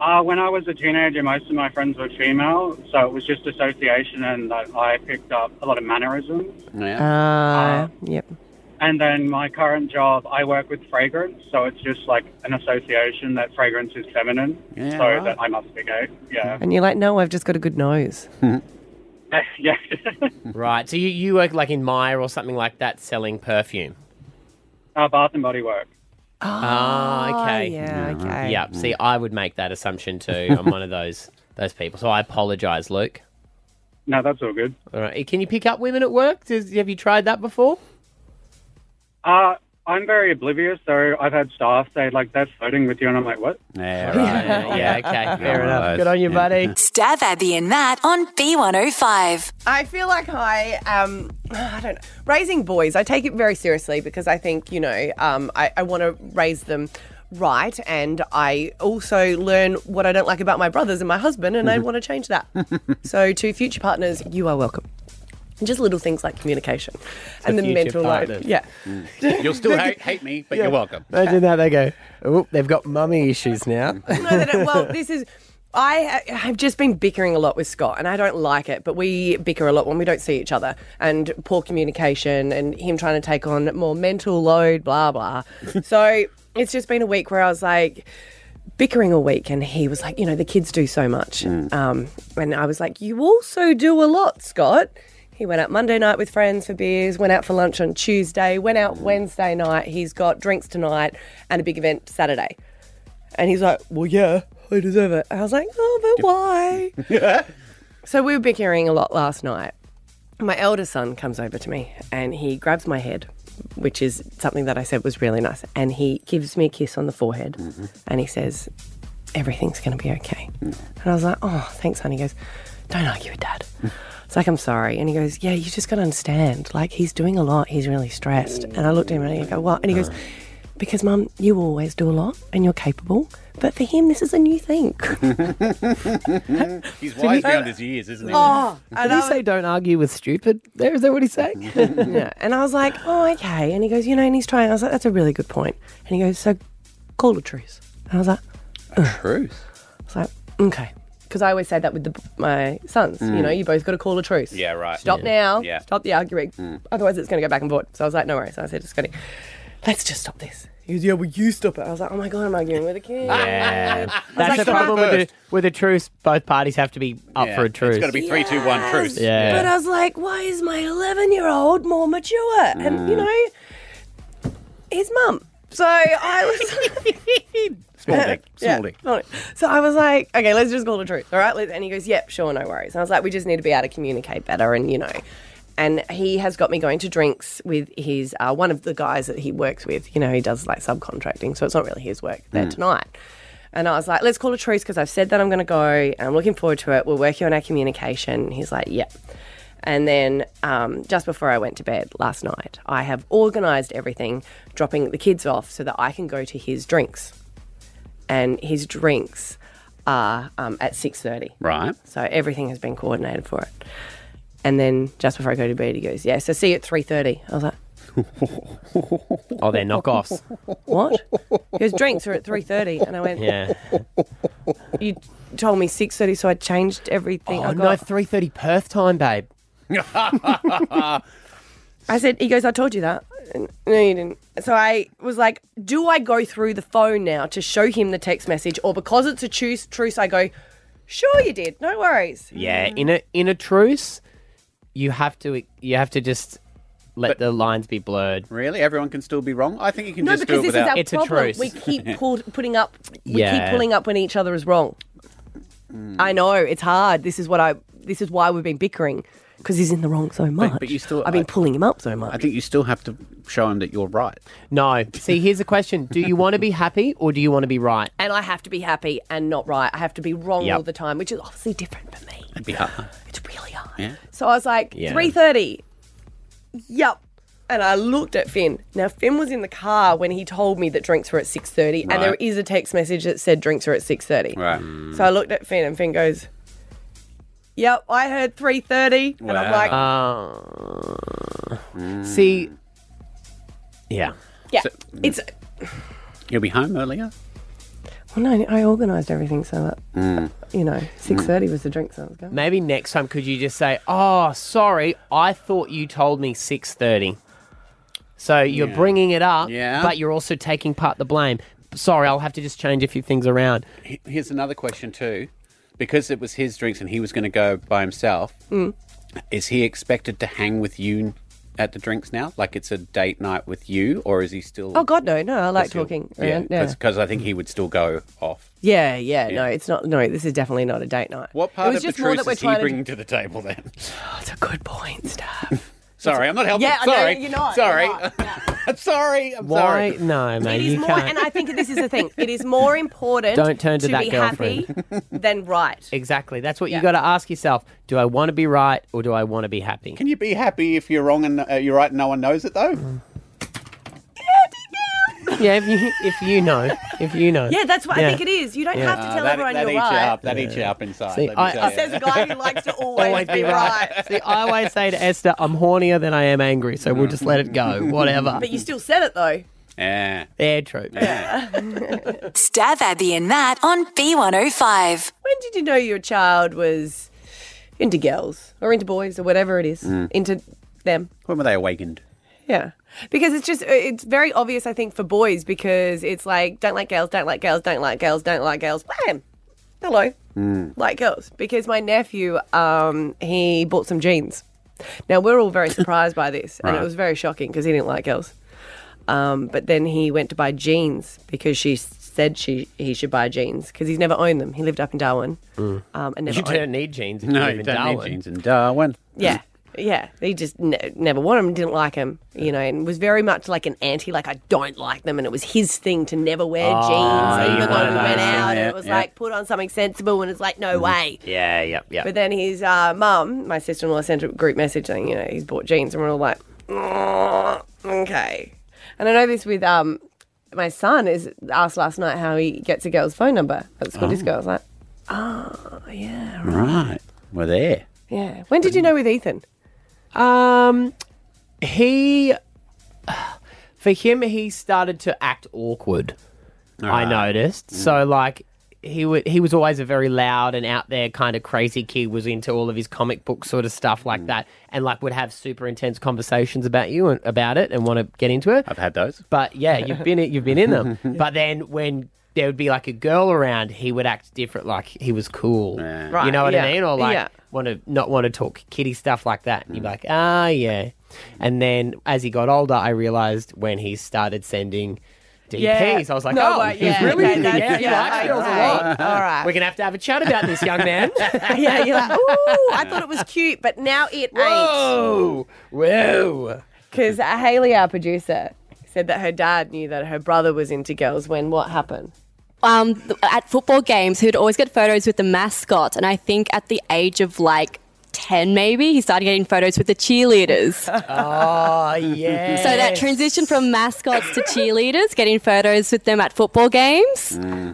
L: Uh, when I was a teenager, most of my friends were female, so it was just association, and I, I picked up a lot of mannerisms.
B: Uh,
C: Ah, yep.
L: And then my current job, I work with fragrance, so it's just like an association that fragrance is feminine,
C: Yeah,
L: so
C: right.
L: that I must be gay. Yeah. (laughs)
C: And you're like, no, I've just got a good nose.
L: yeah. (laughs)
A: right. So you, you work like in Myer or something like that selling perfume.
L: Uh, Bath and Body Work.
A: Ah, okay.
L: yeah, Yeah,
C: Oh, okay.
A: Yeah. See, I would make that assumption too. I'm one of those (laughs) those people. So I apologise, Luke.
L: No, that's all good.
A: All right. Can you pick up women at work? Does, have you tried that before?
L: Uh, I'm very oblivious, so I've had staff say, like, they're flirting with you, and I'm like, what?
B: Yeah,
A: right. (laughs) Uh, Yeah, okay, (laughs) fair
L: enough.
A: Good on you, buddy.
E: Stab Abby and Matt on B105.
C: I feel like I um (sighs) I don't know. Raising boys, I take it very seriously because I think, you know, um I, I wanna raise them right and I also learn what I don't like about my brothers and my husband and I
M: Mhm.
C: wanna
A: (laughs)
C: change that. so to future partners, you are welcome. And just little things like communication and the
A: future
C: mental load.
A: partners.
C: Yeah.
B: (laughs) You'll still hate, hate me, but
A: Yeah.
B: you're welcome.
A: Imagine that. They go, oh, they've got mummy issues now.
C: (laughs) no, they don't. Well, this is. I ha- have just been bickering a lot with Scott, and I don't like it. But we bicker a lot when we don't see each other, and poor communication, and him trying to take on more mental load, blah blah. so it's just been a week where I was like bickering all week, and he was like, you know, the kids do so much, um, and I was like, you also do a lot, Scott. He went out Monday night with friends for beers, went out for lunch on Tuesday, went out Wednesday night. He's got drinks tonight and a big event Saturday. And he's like, well, yeah, I deserve it. And I was like, oh, but why? so we were bickering a lot last night. My elder son comes over to me and he grabs my head, which is something that I said was really nice. And he gives me a kiss on the forehead and he says, everything's going to be okay. And I was like, oh, thanks, honey. He goes, don't argue with dad. It's like, I'm sorry. And he goes, yeah, you just got to understand. Like, he's doing a lot. He's really stressed. And I looked at him and I go, what? And he goes, because, mum, you always do a lot and you're capable. But for him, this is a
B: (laughs)
C: new thing.
B: He's
A: he-
B: wise beyond his years, isn't he?
C: Oh,
A: Did he say don't argue with stupid? There, is that what he's
B: (laughs)
A: saying?
C: yeah. And I was like, oh, okay. And he goes, you know, and he's trying. I was like, that's a really good point. And he goes, so call a truce. And I was like,
B: truce?
C: I was like, okay. Because I always say that with the, my sons, you
B: Mm.
C: know, you both got to call a truce.
B: Yeah, right.
C: Stop
B: Yeah.
C: now.
B: Yeah.
C: Stop the arguing.
B: Mm.
C: Otherwise, it's going to go back and forth. So I was like, no worries. I said, just going to. let's just stop this. He goes, yeah, well, you stop it. I was like, oh my God, I'm arguing with a kid.
A: (laughs) Yeah.
C: I was
A: That's
C: like,
A: the
C: "Stop it."
A: problem with the, with the truce. Both parties have to be up
B: Yeah,
A: for a
B: it's
A: truce.
B: gotta be three, two, one truce.
A: Yeah.
C: But I was like, why is my 11 year old more mature? And, you
A: Mm.
C: know, his mum. So I was.
B: Small dick, small
C: (laughs) Yeah,
B: dick.
C: small dick. So I was like, okay, let's just call the truth. All right. Let's, and he goes, yep, sure, no worries. And I was like, we just need to be able to communicate better and, you know. And he has got me going to drinks with his, uh, one of the guys that he works with. You know, he does like subcontracting. So it's not really his work there
M: Mm.
C: tonight. And I was like, let's call a truce because I've said that I'm going to go. And I'm looking forward to it. We're working on our communication. He's like, yeah. And then um, just before I went to bed last night, I have organised everything, dropping the kids off so that I can go to his drinks. And his drinks are um, at 6.30.
B: Right.
C: So everything has been coordinated for it. And then just before I go to bed, he goes, yeah, so see you at 3.30. I was like,
A: oh, they're knockoffs.
C: what? He goes, drinks are at 3.30. And I went,
A: (laughs) Yeah.
C: you told me 6.30, so I changed everything.
A: Oh,
C: I
A: no,
C: got,
A: three thirty Perth time, babe.
C: I said, he goes, I told you that. And, no, you didn't. So I was like, do I go through the phone now to show him the text message? Or because it's a truce, truce I go, sure you did, no worries.
A: Yeah, in a in a truce, you have to you have to just let the lines be blurred.
B: Really, everyone can still be wrong. I think you can
C: No,
B: just
C: because
B: do
C: this
B: it
C: is our
B: without.
C: problem. We
B: (laughs)
C: keep pulled, putting up, we
B: Yeah. Hmm.
C: keep pulling up when each other is wrong. I know it's hard. This is what I. This is why we've been bickering because he's in the wrong so much.
B: But, but you still,
C: I've been pulling him up so much.
B: I think you still have to show him that you're right.
A: No. See, here's a question: Do you want to be happy or do you want to be right?
C: and I have to be happy and not right. I have to be wrong
A: Yep.
C: all the time, which is obviously different. For me.
B: It'd be hard.
C: It's really hard.
B: Yeah.
C: So I was like,
B: Yeah.
C: three thirty. Yup. And I looked at Finn. Now Finn was in the car when he told me that drinks were at six thirty,
M: Right.
C: and there is a text message that said drinks are at six thirty.
M: Right.
B: Mm.
C: So I looked at Finn, and Finn goes, "Yep, I heard three thirty. and I'm like,
A: Uh, See, yeah.
C: "Yeah, it's."
B: You'll be home earlier.
C: Well, no, I organised everything so that
B: Mm.
C: you know six thirty was the drinks I was going.
A: Maybe next time, could you just say, "Oh, sorry, I thought you told me 6.30. So you're
B: Yeah.
A: bringing it up,
B: Yeah.
A: but you're also taking part the blame. Sorry, I'll have to just change a few things around.
B: He- Here's another question too, because it was his drinks and he was going to go by himself.
C: Mm.
B: Is he expected to hang with you at the drinks now? Like it's a date night with you, or is he still?
C: Oh God, no, no, I like
B: is he-
C: talking.
B: Yeah,
C: around, yeah.
B: because I think he would still go off.
C: Yeah, yeah, no, it's not. No, this is definitely not a date night.
B: What
C: it
B: part
C: was
B: of the
C: just more
B: truce
C: that we're
B: is
C: trying
B: he
C: to
B: bringing to the table then? (laughs)
C: That's a good
A: (laughs)
C: point, Steph.
B: Sorry, I'm not helping.
C: Yeah, I know,
B: sorry,
C: you're not, you're
B: Sorry, sorry. (laughs) I'm
A: Why?
B: sorry.
A: No, mate,
C: It is
A: you
C: more,
A: can't.
C: and I think this is the thing. It is more important.
A: Don't turn to, that
C: be
A: girlfriend.
C: happy (laughs) than right.
A: exactly. That's what
C: Yeah.
A: you got to ask yourself. Do I want to be right or do I want to be happy?
B: Can you be happy if you're wrong and uh, you're right and no one knows it though?
C: Mm.
A: yeah, if you if you know, if you know.
C: Yeah, that's what
A: Yeah.
C: I think it is. You don't
A: Yeah.
C: have to
A: Uh,
C: tell
A: that-
C: everyone
A: that
C: you're
A: eats you
C: right.
B: up. That eats you up inside.
A: See,
B: let me
A: I-
B: tell
A: I-
B: you.
C: There's a guy
A: (laughs)
C: who likes to always,
A: Always be right. See, I always say to Esther, I'm hornier than I am angry, so we'll just let it go.
C: (laughs)
A: Whatever.
C: But you still said it though.
B: Yeah.
A: Yeah, true.
C: (laughs)
E: Stab Abby and Matt on B105.
C: When did you know your child was into girls or into boys or whatever it is?
B: Mm.
C: Into them.
B: When were they awakened?
C: Yeah. Because it's just, uh, it's very obvious, I think, for boys because it's like, don't like girls, don't like girls, don't like girls, don't like girls. Bam! Hello. Like girls. Because my nephew, um, he bought some jeans. Now, we're all very surprised by this, and
M: Right.
C: it was very shocking because he didn't like girls. Um, but then he went to buy jeans because she said she he should buy jeans because he's never owned them. He lived up in Darwin. Um, and never
A: You
C: owned-
A: don't need jeans. If
B: No,
A: you live
B: you
A: in
B: don't need
A: Darwin.
B: jeans in Darwin.
C: Yeah. Yeah, he just ne- never wanted them, didn't like them, you know, and was very much like an anti, like, I don't like them. And it was his thing to never wear
A: Oh,
C: jeans,
A: you
C: even though
A: wanted
C: we
A: those
C: went
A: things, yeah,
C: out. and it was
A: yeah. Mm-hmm.
C: like, put on something sensible. And it's like, no way.
A: Yeah, yep, yep.
C: But then his uh, mum, my sister in law, sent a group message saying, you know, he's bought jeans. And we're all like, "Oh, okay. And I know this with um, my son is asked last night how he gets a girl's phone number at Scottish
B: Oh.
C: Girl. I was like, oh, yeah,
B: Right. We're there.
C: yeah. When did you know with Ethan?
A: Um, he, for him, he started to act awkward. I noticed. So like, he wa he was always a very loud and out there kind of crazy kid. Was into all of his comic book sort of stuff like that, and like would have super intense conversations about you and about it, and want to get into it. I've
B: had those,
A: but yeah, you've been you've been in them. But then when there would be like a girl around, he would act different, like he was cool.
C: Right,
A: you know what
C: yeah,
A: I mean? Or like
C: yeah.
A: want to not want to talk kiddie stuff like that. And you'd be like, ah, yeah. And then as he got older, I realized when he started sending DPs, I was like,
C: No,
A: oh,
C: wait,
A: he's
C: yeah,
A: really
C: okay,
A: into
C: that's-
A: yeah,
C: yeah,
A: he likes girls
C: okay,
A: a lot.
C: all right.
A: We're gonna have to have a chat about this, young
C: (laughs)
A: man. (laughs)
C: yeah, you're like, (laughs) ooh, I thought it was cute, but now it
A: Whoa, whoa.
C: Because Haley, our producer, said that her dad knew that her brother was into girls when what happened?
M: um, th- at football games, he'd always get photos with the mascot. And I think at the age of like 10, maybe, he started getting photos with the cheerleaders.
A: oh, yeah.
M: So that transition from mascots to cheerleaders, getting photos with them at football games,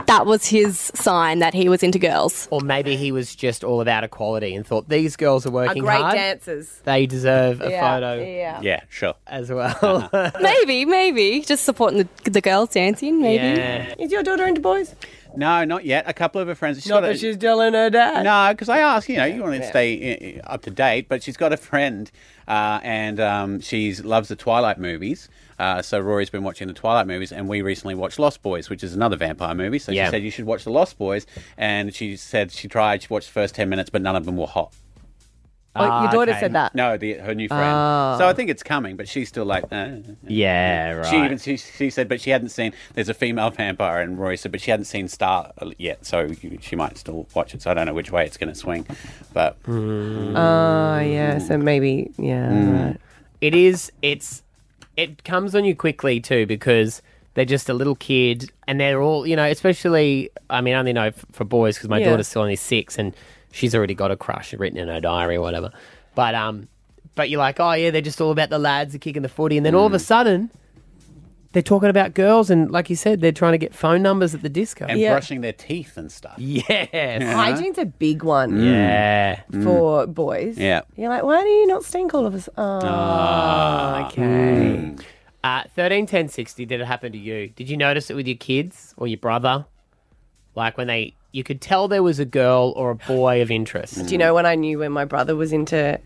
M: that was his sign that he was into girls.
A: Or maybe he was just all about equality and thought these girls are working hard.
C: dancers.
A: They deserve a
M: Yeah,
A: photo.
M: yeah.
B: Yeah, sure.
A: As well.
M: (laughs)
A: (laughs)
M: maybe, maybe. Just supporting the, the girls dancing, maybe.
B: Yeah.
C: Is your daughter into boys?
B: No, not yet. A couple of her friends.
C: Not that she's telling her dad.
B: No, because I asked, you know, you want to
C: Yeah.
B: stay uh, up to date, but she's got a friend uh, and um, she loves the Twilight movies. Uh, so Rory's been watching the Twilight movies, and we recently watched Lost Boys, which is another vampire movie. So
A: Yeah.
B: she said you should watch the Lost Boys, and she said she tried. She watched the first ten minutes, but none of them were hot.
A: Oh, your Ah, daughter okay. said that?
B: No, the, her new friend.
A: Oh.
B: So I think it's coming, but she's still like, eh.
A: Yeah, right.
B: She even she, she said, but she hadn't seen. There's a female vampire, and Roy said, but she hadn't seen Star yet, so she might still watch it. So I don't know which way it's going to swing, but
C: Oh, yeah. So
A: Mm.
C: maybe, yeah. right.
A: It is. It's. It comes on you quickly too because they're just a little kid and they're all you know. Especially, I mean, I only know f- for boys because my
N: Yeah.
A: daughter's still only six and she's already got a crush written in her diary or whatever. But um, but you're like, oh yeah, they're just all about the lads, they're kicking the footy, and then all of a sudden. They're talking about girls, and like you said, they're trying to get phone numbers at the disco
B: and brushing their teeth and stuff.
A: (laughs) Yes,
C: Hygiene's a big one.
A: Mm. Yeah.
C: For boys.
A: Yeah.
C: You're like, why do you not stink all of us? Oh,
A: Ah.
C: okay.
A: Uh, 13, 10, 60, did it happen to you? Did you notice it with your kids or your brother? Like when they, you could tell there was a girl or a boy of interest.
C: Do you know when I knew when my brother was into?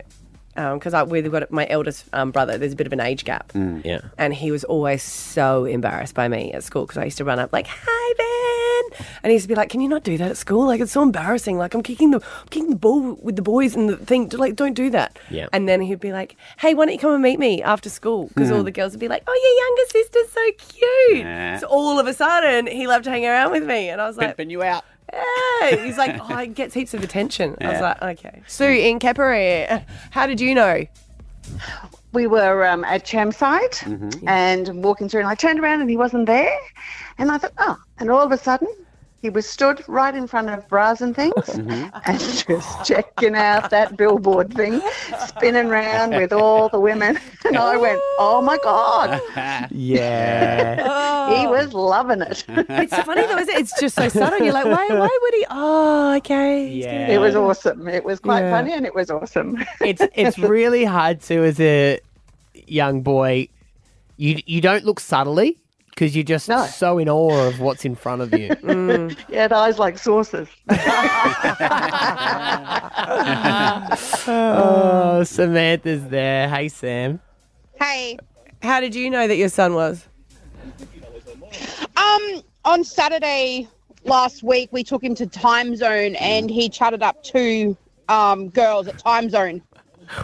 C: Because I we've got my eldest um, brother. There's a bit of an age gap,
A: Yeah.
C: and he was always so embarrassed by me at school because I used to run up like, "Hi, Ben," and he used to be like, "Can you not do that at school? Like, it's so embarrassing. Like, I'm kicking the I'm kicking the ball with the boys and the thing. Do- Like, don't do that."
A: Yeah.
C: And then he'd be like, "Hey, why don't you come and meet me after school?" Because all
A: Mm.
C: the girls would be like, "Oh, your younger sister's so cute."
A: Nah.
C: So all of a sudden, he loved hanging around with me, and I was like,
B: "Pimping you out."
C: Yeah. He's like, "Oh, it gets heaps of attention." I was
O: Yeah.
C: like, "Okay." Sue in Capri, how did you know?
O: we were um, at Chamside
C: Mhm.
O: and walking through, and I turned around and he wasn't there. And I thought, oh, and all of a sudden, he was stood right in front of bras and things (laughs) and just checking out that billboard thing, spinning round with all the women. (laughs) And I went, oh my God.
A: Yeah.
O: He was loving it. (laughs)
C: It's funny though, is it? It's just so subtle. You're like, why, why would he? Oh, okay. he's gonna
A: Yeah.
C: do
O: It was awesome. It was quite
A: Yeah.
O: funny and it was awesome.
A: (laughs)
O: (laughs)
A: It's, it's really hard to, as a young boy, you, you don't look subtly because you're just so in awe of what's in front
P: (laughs)
A: of you.
P: Mm.
O: He had eyes like saucers.
A: oh, Samantha's there. Hey, Sam.
P: Hey.
C: How did you know that your son was?
P: Um, on Saturday last week, we took him to Time Zone, and he chatted up two um, girls at Time Zone.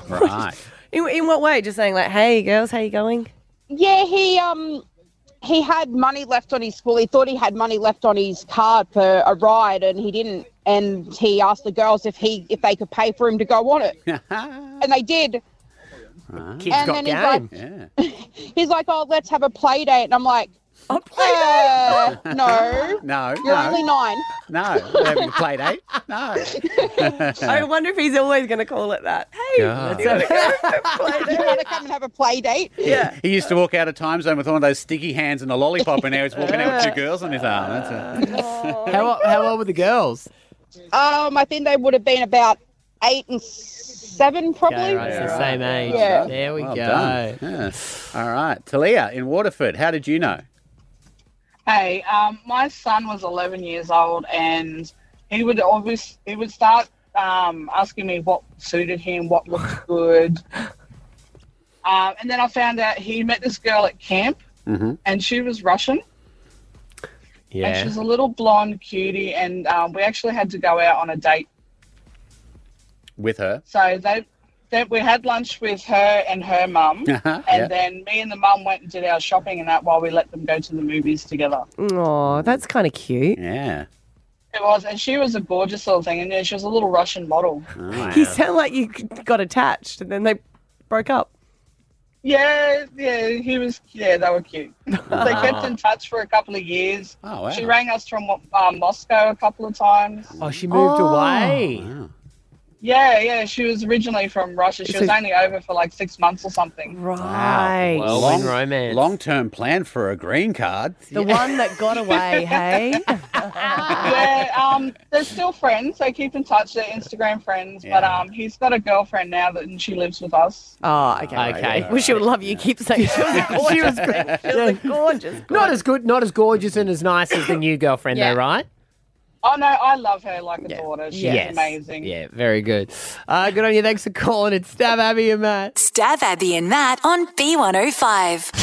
B: Right.
C: In, in what way? Just saying like, hey girls, how you going?
P: Yeah, he um he had money left on his school. He thought he had money left on his card for a ride, and he didn't. And he asked the girls if he if they could pay for him to go on it, and they did.
A: Kids
P: And
A: got
P: then he's like- (laughs)
A: game.
B: yeah.
P: He's like, "Oh, let's have a play date," and I'm like,
C: "A
P: play date? no,
B: No,
P: you're
B: no.
P: only nine.
B: No, we're having a play date. eh?
P: (laughs)
B: No.
C: I wonder if he's always going to call it that. Hey,
B: God.
C: let's have a-
P: you want to come and have a play date?
B: Yeah. He used to walk out of time zone with one of those sticky hands and a lollipop, and now he's walking out
A: (laughs)
B: with two girls on his arm. That's it.
A: How, how old were the girls?
P: Um, I think they would have been about eight and seven, probably.
A: Okay, right, it's the same age.
P: Yeah.
A: There we
B: Well
A: go.
B: done. Yeah. All right. Talia in Waterford, how did you know?
N: Hey, um, my son was 11 years old, and he would always he would start um, asking me what suited him, what looked good. Um, and then I found out he met this girl at camp,
B: Mm-hmm.
N: and she was Russian, and
A: Yeah.
N: she's a little blonde cutie, and um, we actually had to go out on a date.
B: With her.
N: So they, they we had lunch with her and her mum,
B: Uh-huh,
N: (laughs) and
B: yeah.
N: then me and the mum went and did our shopping and that while we let them go to the movies together.
C: Oh, that's kind of cute.
B: Yeah.
N: It was, and she was a gorgeous little thing, and yeah, she was a little Russian model.
C: You sound like you got attached and then they broke up.
N: Yeah, yeah, he was. Yeah, they
A: (laughs)
N: were cute. they kept in touch for a couple of years.
A: Oh, wow.
N: She rang us from uh, Moscow a couple of times.
A: Oh, she moved
N: Oh.
A: away.
N: Yeah, yeah, she was originally from Russia. She
A: So-
N: was only over for like six months
A: (laughs)
N: or something.
C: Right.
A: Well,
B: long,
A: in romance.
B: Long term plan for a green card.
C: The one that got away, hey?
N: yeah, um, they're still friends. They keep in touch. They're Instagram friends. But
C: Yeah.
N: um, he's got a girlfriend now, that, and she lives with us.
C: Oh, okay. right,
A: Okay.
C: right. Well, she'll love you. Keep saying she was a gorgeous.
A: (laughs) She was
C: thing. She was a gorgeous.
A: Not as good, not as gorgeous and as nice as the new girlfriend,
N: Yeah.
A: though, right?
N: Oh no, I love her like a daughter. She's
A: Yes.
N: amazing.
A: Yeah, very good. Uh, good on you. Thanks for calling. It's Stab Abby and Matt.
E: Stab Abby and Matt on B105.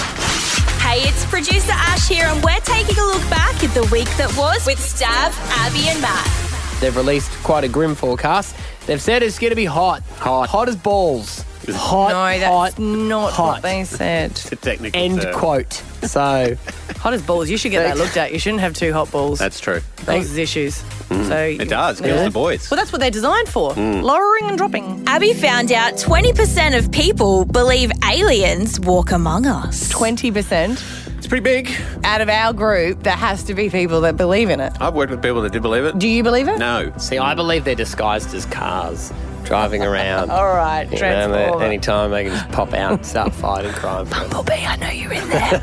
D: Hey, it's producer Ash here, and we're taking a look back at the week that was with Stav, Abby, and Matt.
A: They've released quite a grim forecast. They've said it's going to be hot. Hot. Hot as balls. Hot. No, that's hot, not hot. what they
C: said.
B: It's a technical
A: End
B: term.
A: quote.
B: (laughs)
A: So.
C: Hot as balls. You should get that looked at. You shouldn't have two hot balls.
B: That's true.
C: Causes issues.
B: Mm.
C: So
B: it does. Kills the boys.
C: Well, that's what they're designed for.
B: Mm.
C: Lowering and dropping.
D: Abby found out 20% of people believe aliens walk among us.
C: 20%.
B: It's pretty big.
C: Out of our group, there has to be people that believe in it.
A: I've worked with people that did believe it.
C: Do you believe it?
A: No. See, I believe they're disguised as cars driving around.
C: All right,
A: You know,
C: Transformer.
A: they- anytime they can just pop out and start fighting crime.
C: Bumblebee, I know you're in there.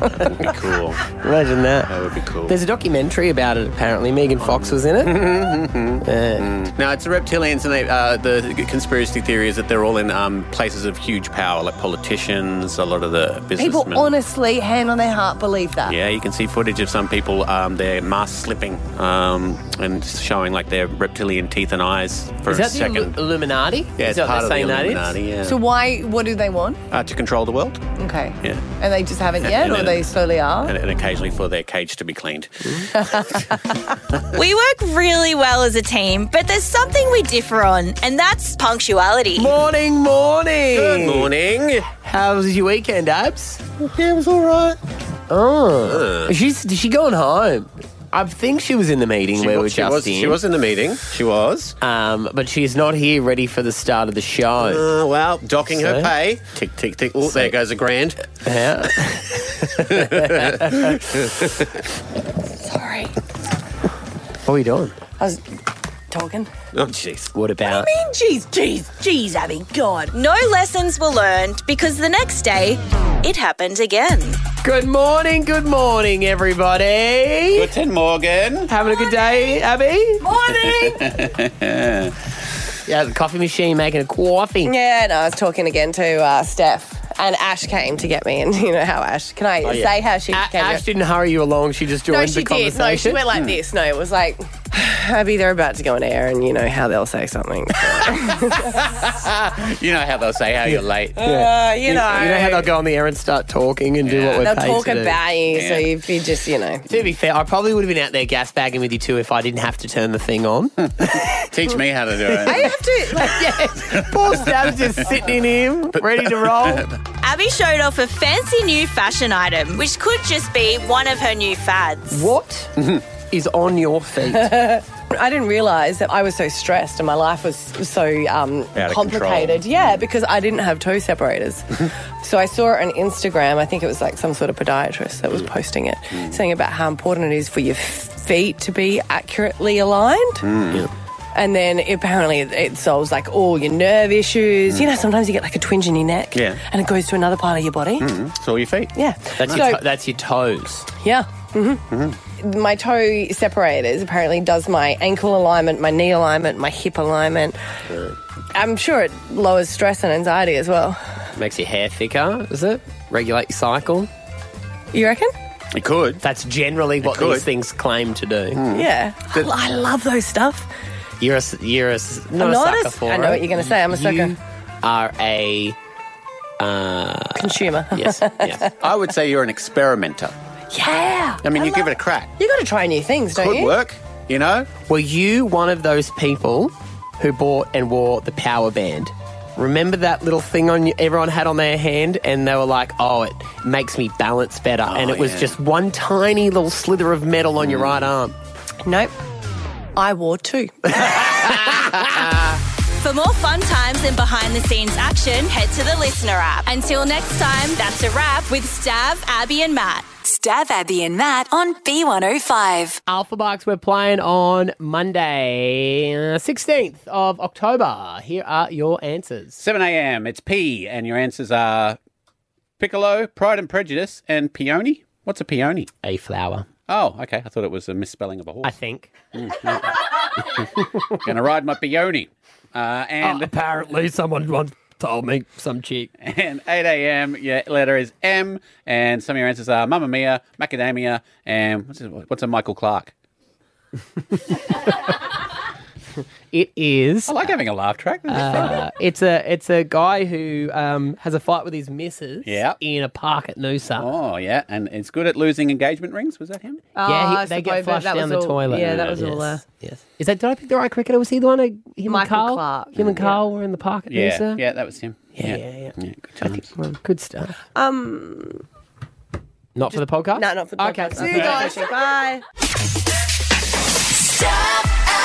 A: That would be cool. Imagine that. That would be cool. There's a documentary about it, apparently. Megan Fox was in
B: (laughs)
A: it.
B: No, it's the reptilians, and they, uh, the conspiracy theory is that they're all in um, places of huge power, like politicians, a lot of the
C: People
B: businessmen.
C: honestly, hand on their heart, believe that.
B: yeah, you can see footage of some people, um, their masks slipping um, and showing like their reptilian teeth and eyes for
A: Is
B: a
A: that the
B: second.
A: Illu- Illuminati?
B: yeah,
A: Is
B: it's
A: that what
B: part
A: they're
B: of the
A: saying that is?
B: Illuminati. Yeah.
C: So why? What do they want?
B: uh, to control the world.
C: Okay.
B: Yeah.
C: And they just haven't
B: And-
C: yet,
B: and
C: or
B: then-
C: they slowly are.
B: And, and occasionally for their cage to be cleaned.
D: (laughs) We work really well as a team, but there's something we differ on, and that's punctuality.
A: Morning, morning.
B: Good morning.
A: How was your weekend, Abs?
B: Yeah, it was all right.
A: Oh. She's, she going home? I think she was in the meeting
B: She
A: where
B: wa-
A: we're
B: she
A: just
B: was-
A: in.
B: she was in the meeting. She was.
A: Um, but she's not here ready for the start of the show.
B: Uh, well, docking her
A: So?
B: pay. Tick, tick, tick. Oh, there goes a grand.
A: (laughs) Yeah.
C: Sorry,
A: What are you doing?
C: I was talking.
B: Oh, jeez.
A: What about?
D: Jeez, jeez, jeez, Abby, God. No lessons were learned because the next day, it happened again.
A: Good morning, good morning, everybody.
B: Guten Morgen.
A: Having a good day, Abby?
D: Morning.
A: (laughs) yeah, the coffee machine making a coffee.
C: Yeah, no, I was talking again to uh, Steph, and Ash came to get me, and (laughs) you know how Ash. Can I
A: Oh, yeah.
C: say how she
A: A-
C: came? to
A: Ash didn't hurry you along. She just joined
C: no, she
A: the
C: did.
A: conversation.
C: No, she went like this. No, it was like, (sighs) Abby, they're about to go on air, and you know how they'll say something.
B: You know how they'll say how you're late.
C: (laughs) Uh, you know.
A: you know how they'll go on the air and start talking and do what we're
C: they'll
A: paid
C: talk
A: to do.
C: about you, so if you just, you know.
A: To be fair, I probably would have been out there gas bagging with you too if I didn't have to turn the thing (laughs) on.
B: Teach me how to do it.
C: I have to, like,
A: yeah. Paul Stab's just sitting in him, ready to roll.
D: Abby showed off a fancy new fashion item, which could just be one of her new fads.
A: What is on your feet?
C: I didn't realise that I was so stressed and my life was so um,
A: Out of
C: complicated. Yeah, because I didn't have
A: (laughs)
C: toe separators. so I saw it on Instagram. I think it was like some sort of podiatrist that was posting it,
A: Hmm.
C: saying about how important it is for your f- feet to be accurately aligned.
A: Hmm.
C: And then apparently it, it solves like all your nerve issues. You know, sometimes you get like a twinge in your neck
A: Hmm. Yeah. Hmm.
C: and it goes to another part of your body.
B: It's all your feet.
C: Yeah.
A: (laughs) That's,
C: So-
A: your to- that's your toes.
C: yeah. hmm My toe separators apparently does my ankle alignment, my knee alignment, my hip alignment. I'm sure it lowers stress and anxiety as well.
A: Makes your hair thicker, is it? Regulate your cycle.
C: You reckon?
B: It could.
A: That's generally what
B: could.
A: these things claim to do.
C: Yeah. I, I love those stuff.
A: You're a, s- you're a, s- not
C: I'm
A: a
C: not
A: sucker
C: a s-
A: for
C: I know
A: it.
C: what you're gonna say, I'm a
A: You
C: sucker.
A: are a. Uh,
C: Consumer.
A: Yes. Yeah.
B: I would say you're an experimenter.
C: (laughs) Yeah.
B: I mean, you give it a crack.
C: You got to try new things, don't
B: Could
C: you?
B: work, you know?
A: Were you one of those people who bought and wore the power band? Remember that little thing on you, everyone had on their hand, and they were like, "Oh, it makes me balance better," and
C: Oh,
A: it was
C: yeah. Mm.
A: just one tiny little slither of metal on your right arm.
C: Nope. I
A: (laughs)
C: wore two. Oh,
D: For more fun times and behind the scenes action, head to the listener app. Until next time, that's a wrap with Stav, Abby, and Matt.
E: Stab Abby and Matt on B105.
A: Alpha Bucks, we're playing on Monday, uh, 16th of October. Here are your answers.
B: 7 a.m. It's P, and your answers are Piccolo, Pride and Prejudice, and Peony. What's a peony?
A: A flower.
B: Oh, okay. I thought it was a misspelling of a horse.
A: I think.
B: Gonna ride my peony. Uh, and
A: apparently, someone once told me, some chick.
B: (laughs) And 8 a.m. Your letter is M, and some of your answers are Mamma Mia, Macadamia, and what's, his- what's a Michael Clark?
A: It is.
B: I like having a laugh track. This is
A: Uh,
B: fun.
A: it's a it's a guy who um, has a fight with his missus
B: Yeah.
A: in a park at Noosa.
B: Oh, yeah. And it's good at losing engagement rings. Was that him?
A: yeah, he-
C: I
A: they
C: suppose
A: get flushed
C: that
A: down
C: was
A: the
C: all-
A: toilet.
C: yeah, that was all, uh,
A: Yes. yes. Is that? Did I pick the right cricketer? Was he the one? Who, him
C: Michael
A: and Carl?
C: Clark.
A: Him and Carl were in the park at
B: yeah.
A: Noosa.
B: Yeah, that was him.
A: Yeah, yeah, yeah.
B: good times.
A: Good stuff.
C: Um,
A: Not (laughs) for the podcast.
C: no, not for the
A: Okay.
C: podcast. See you guys. Bye.
E: Stab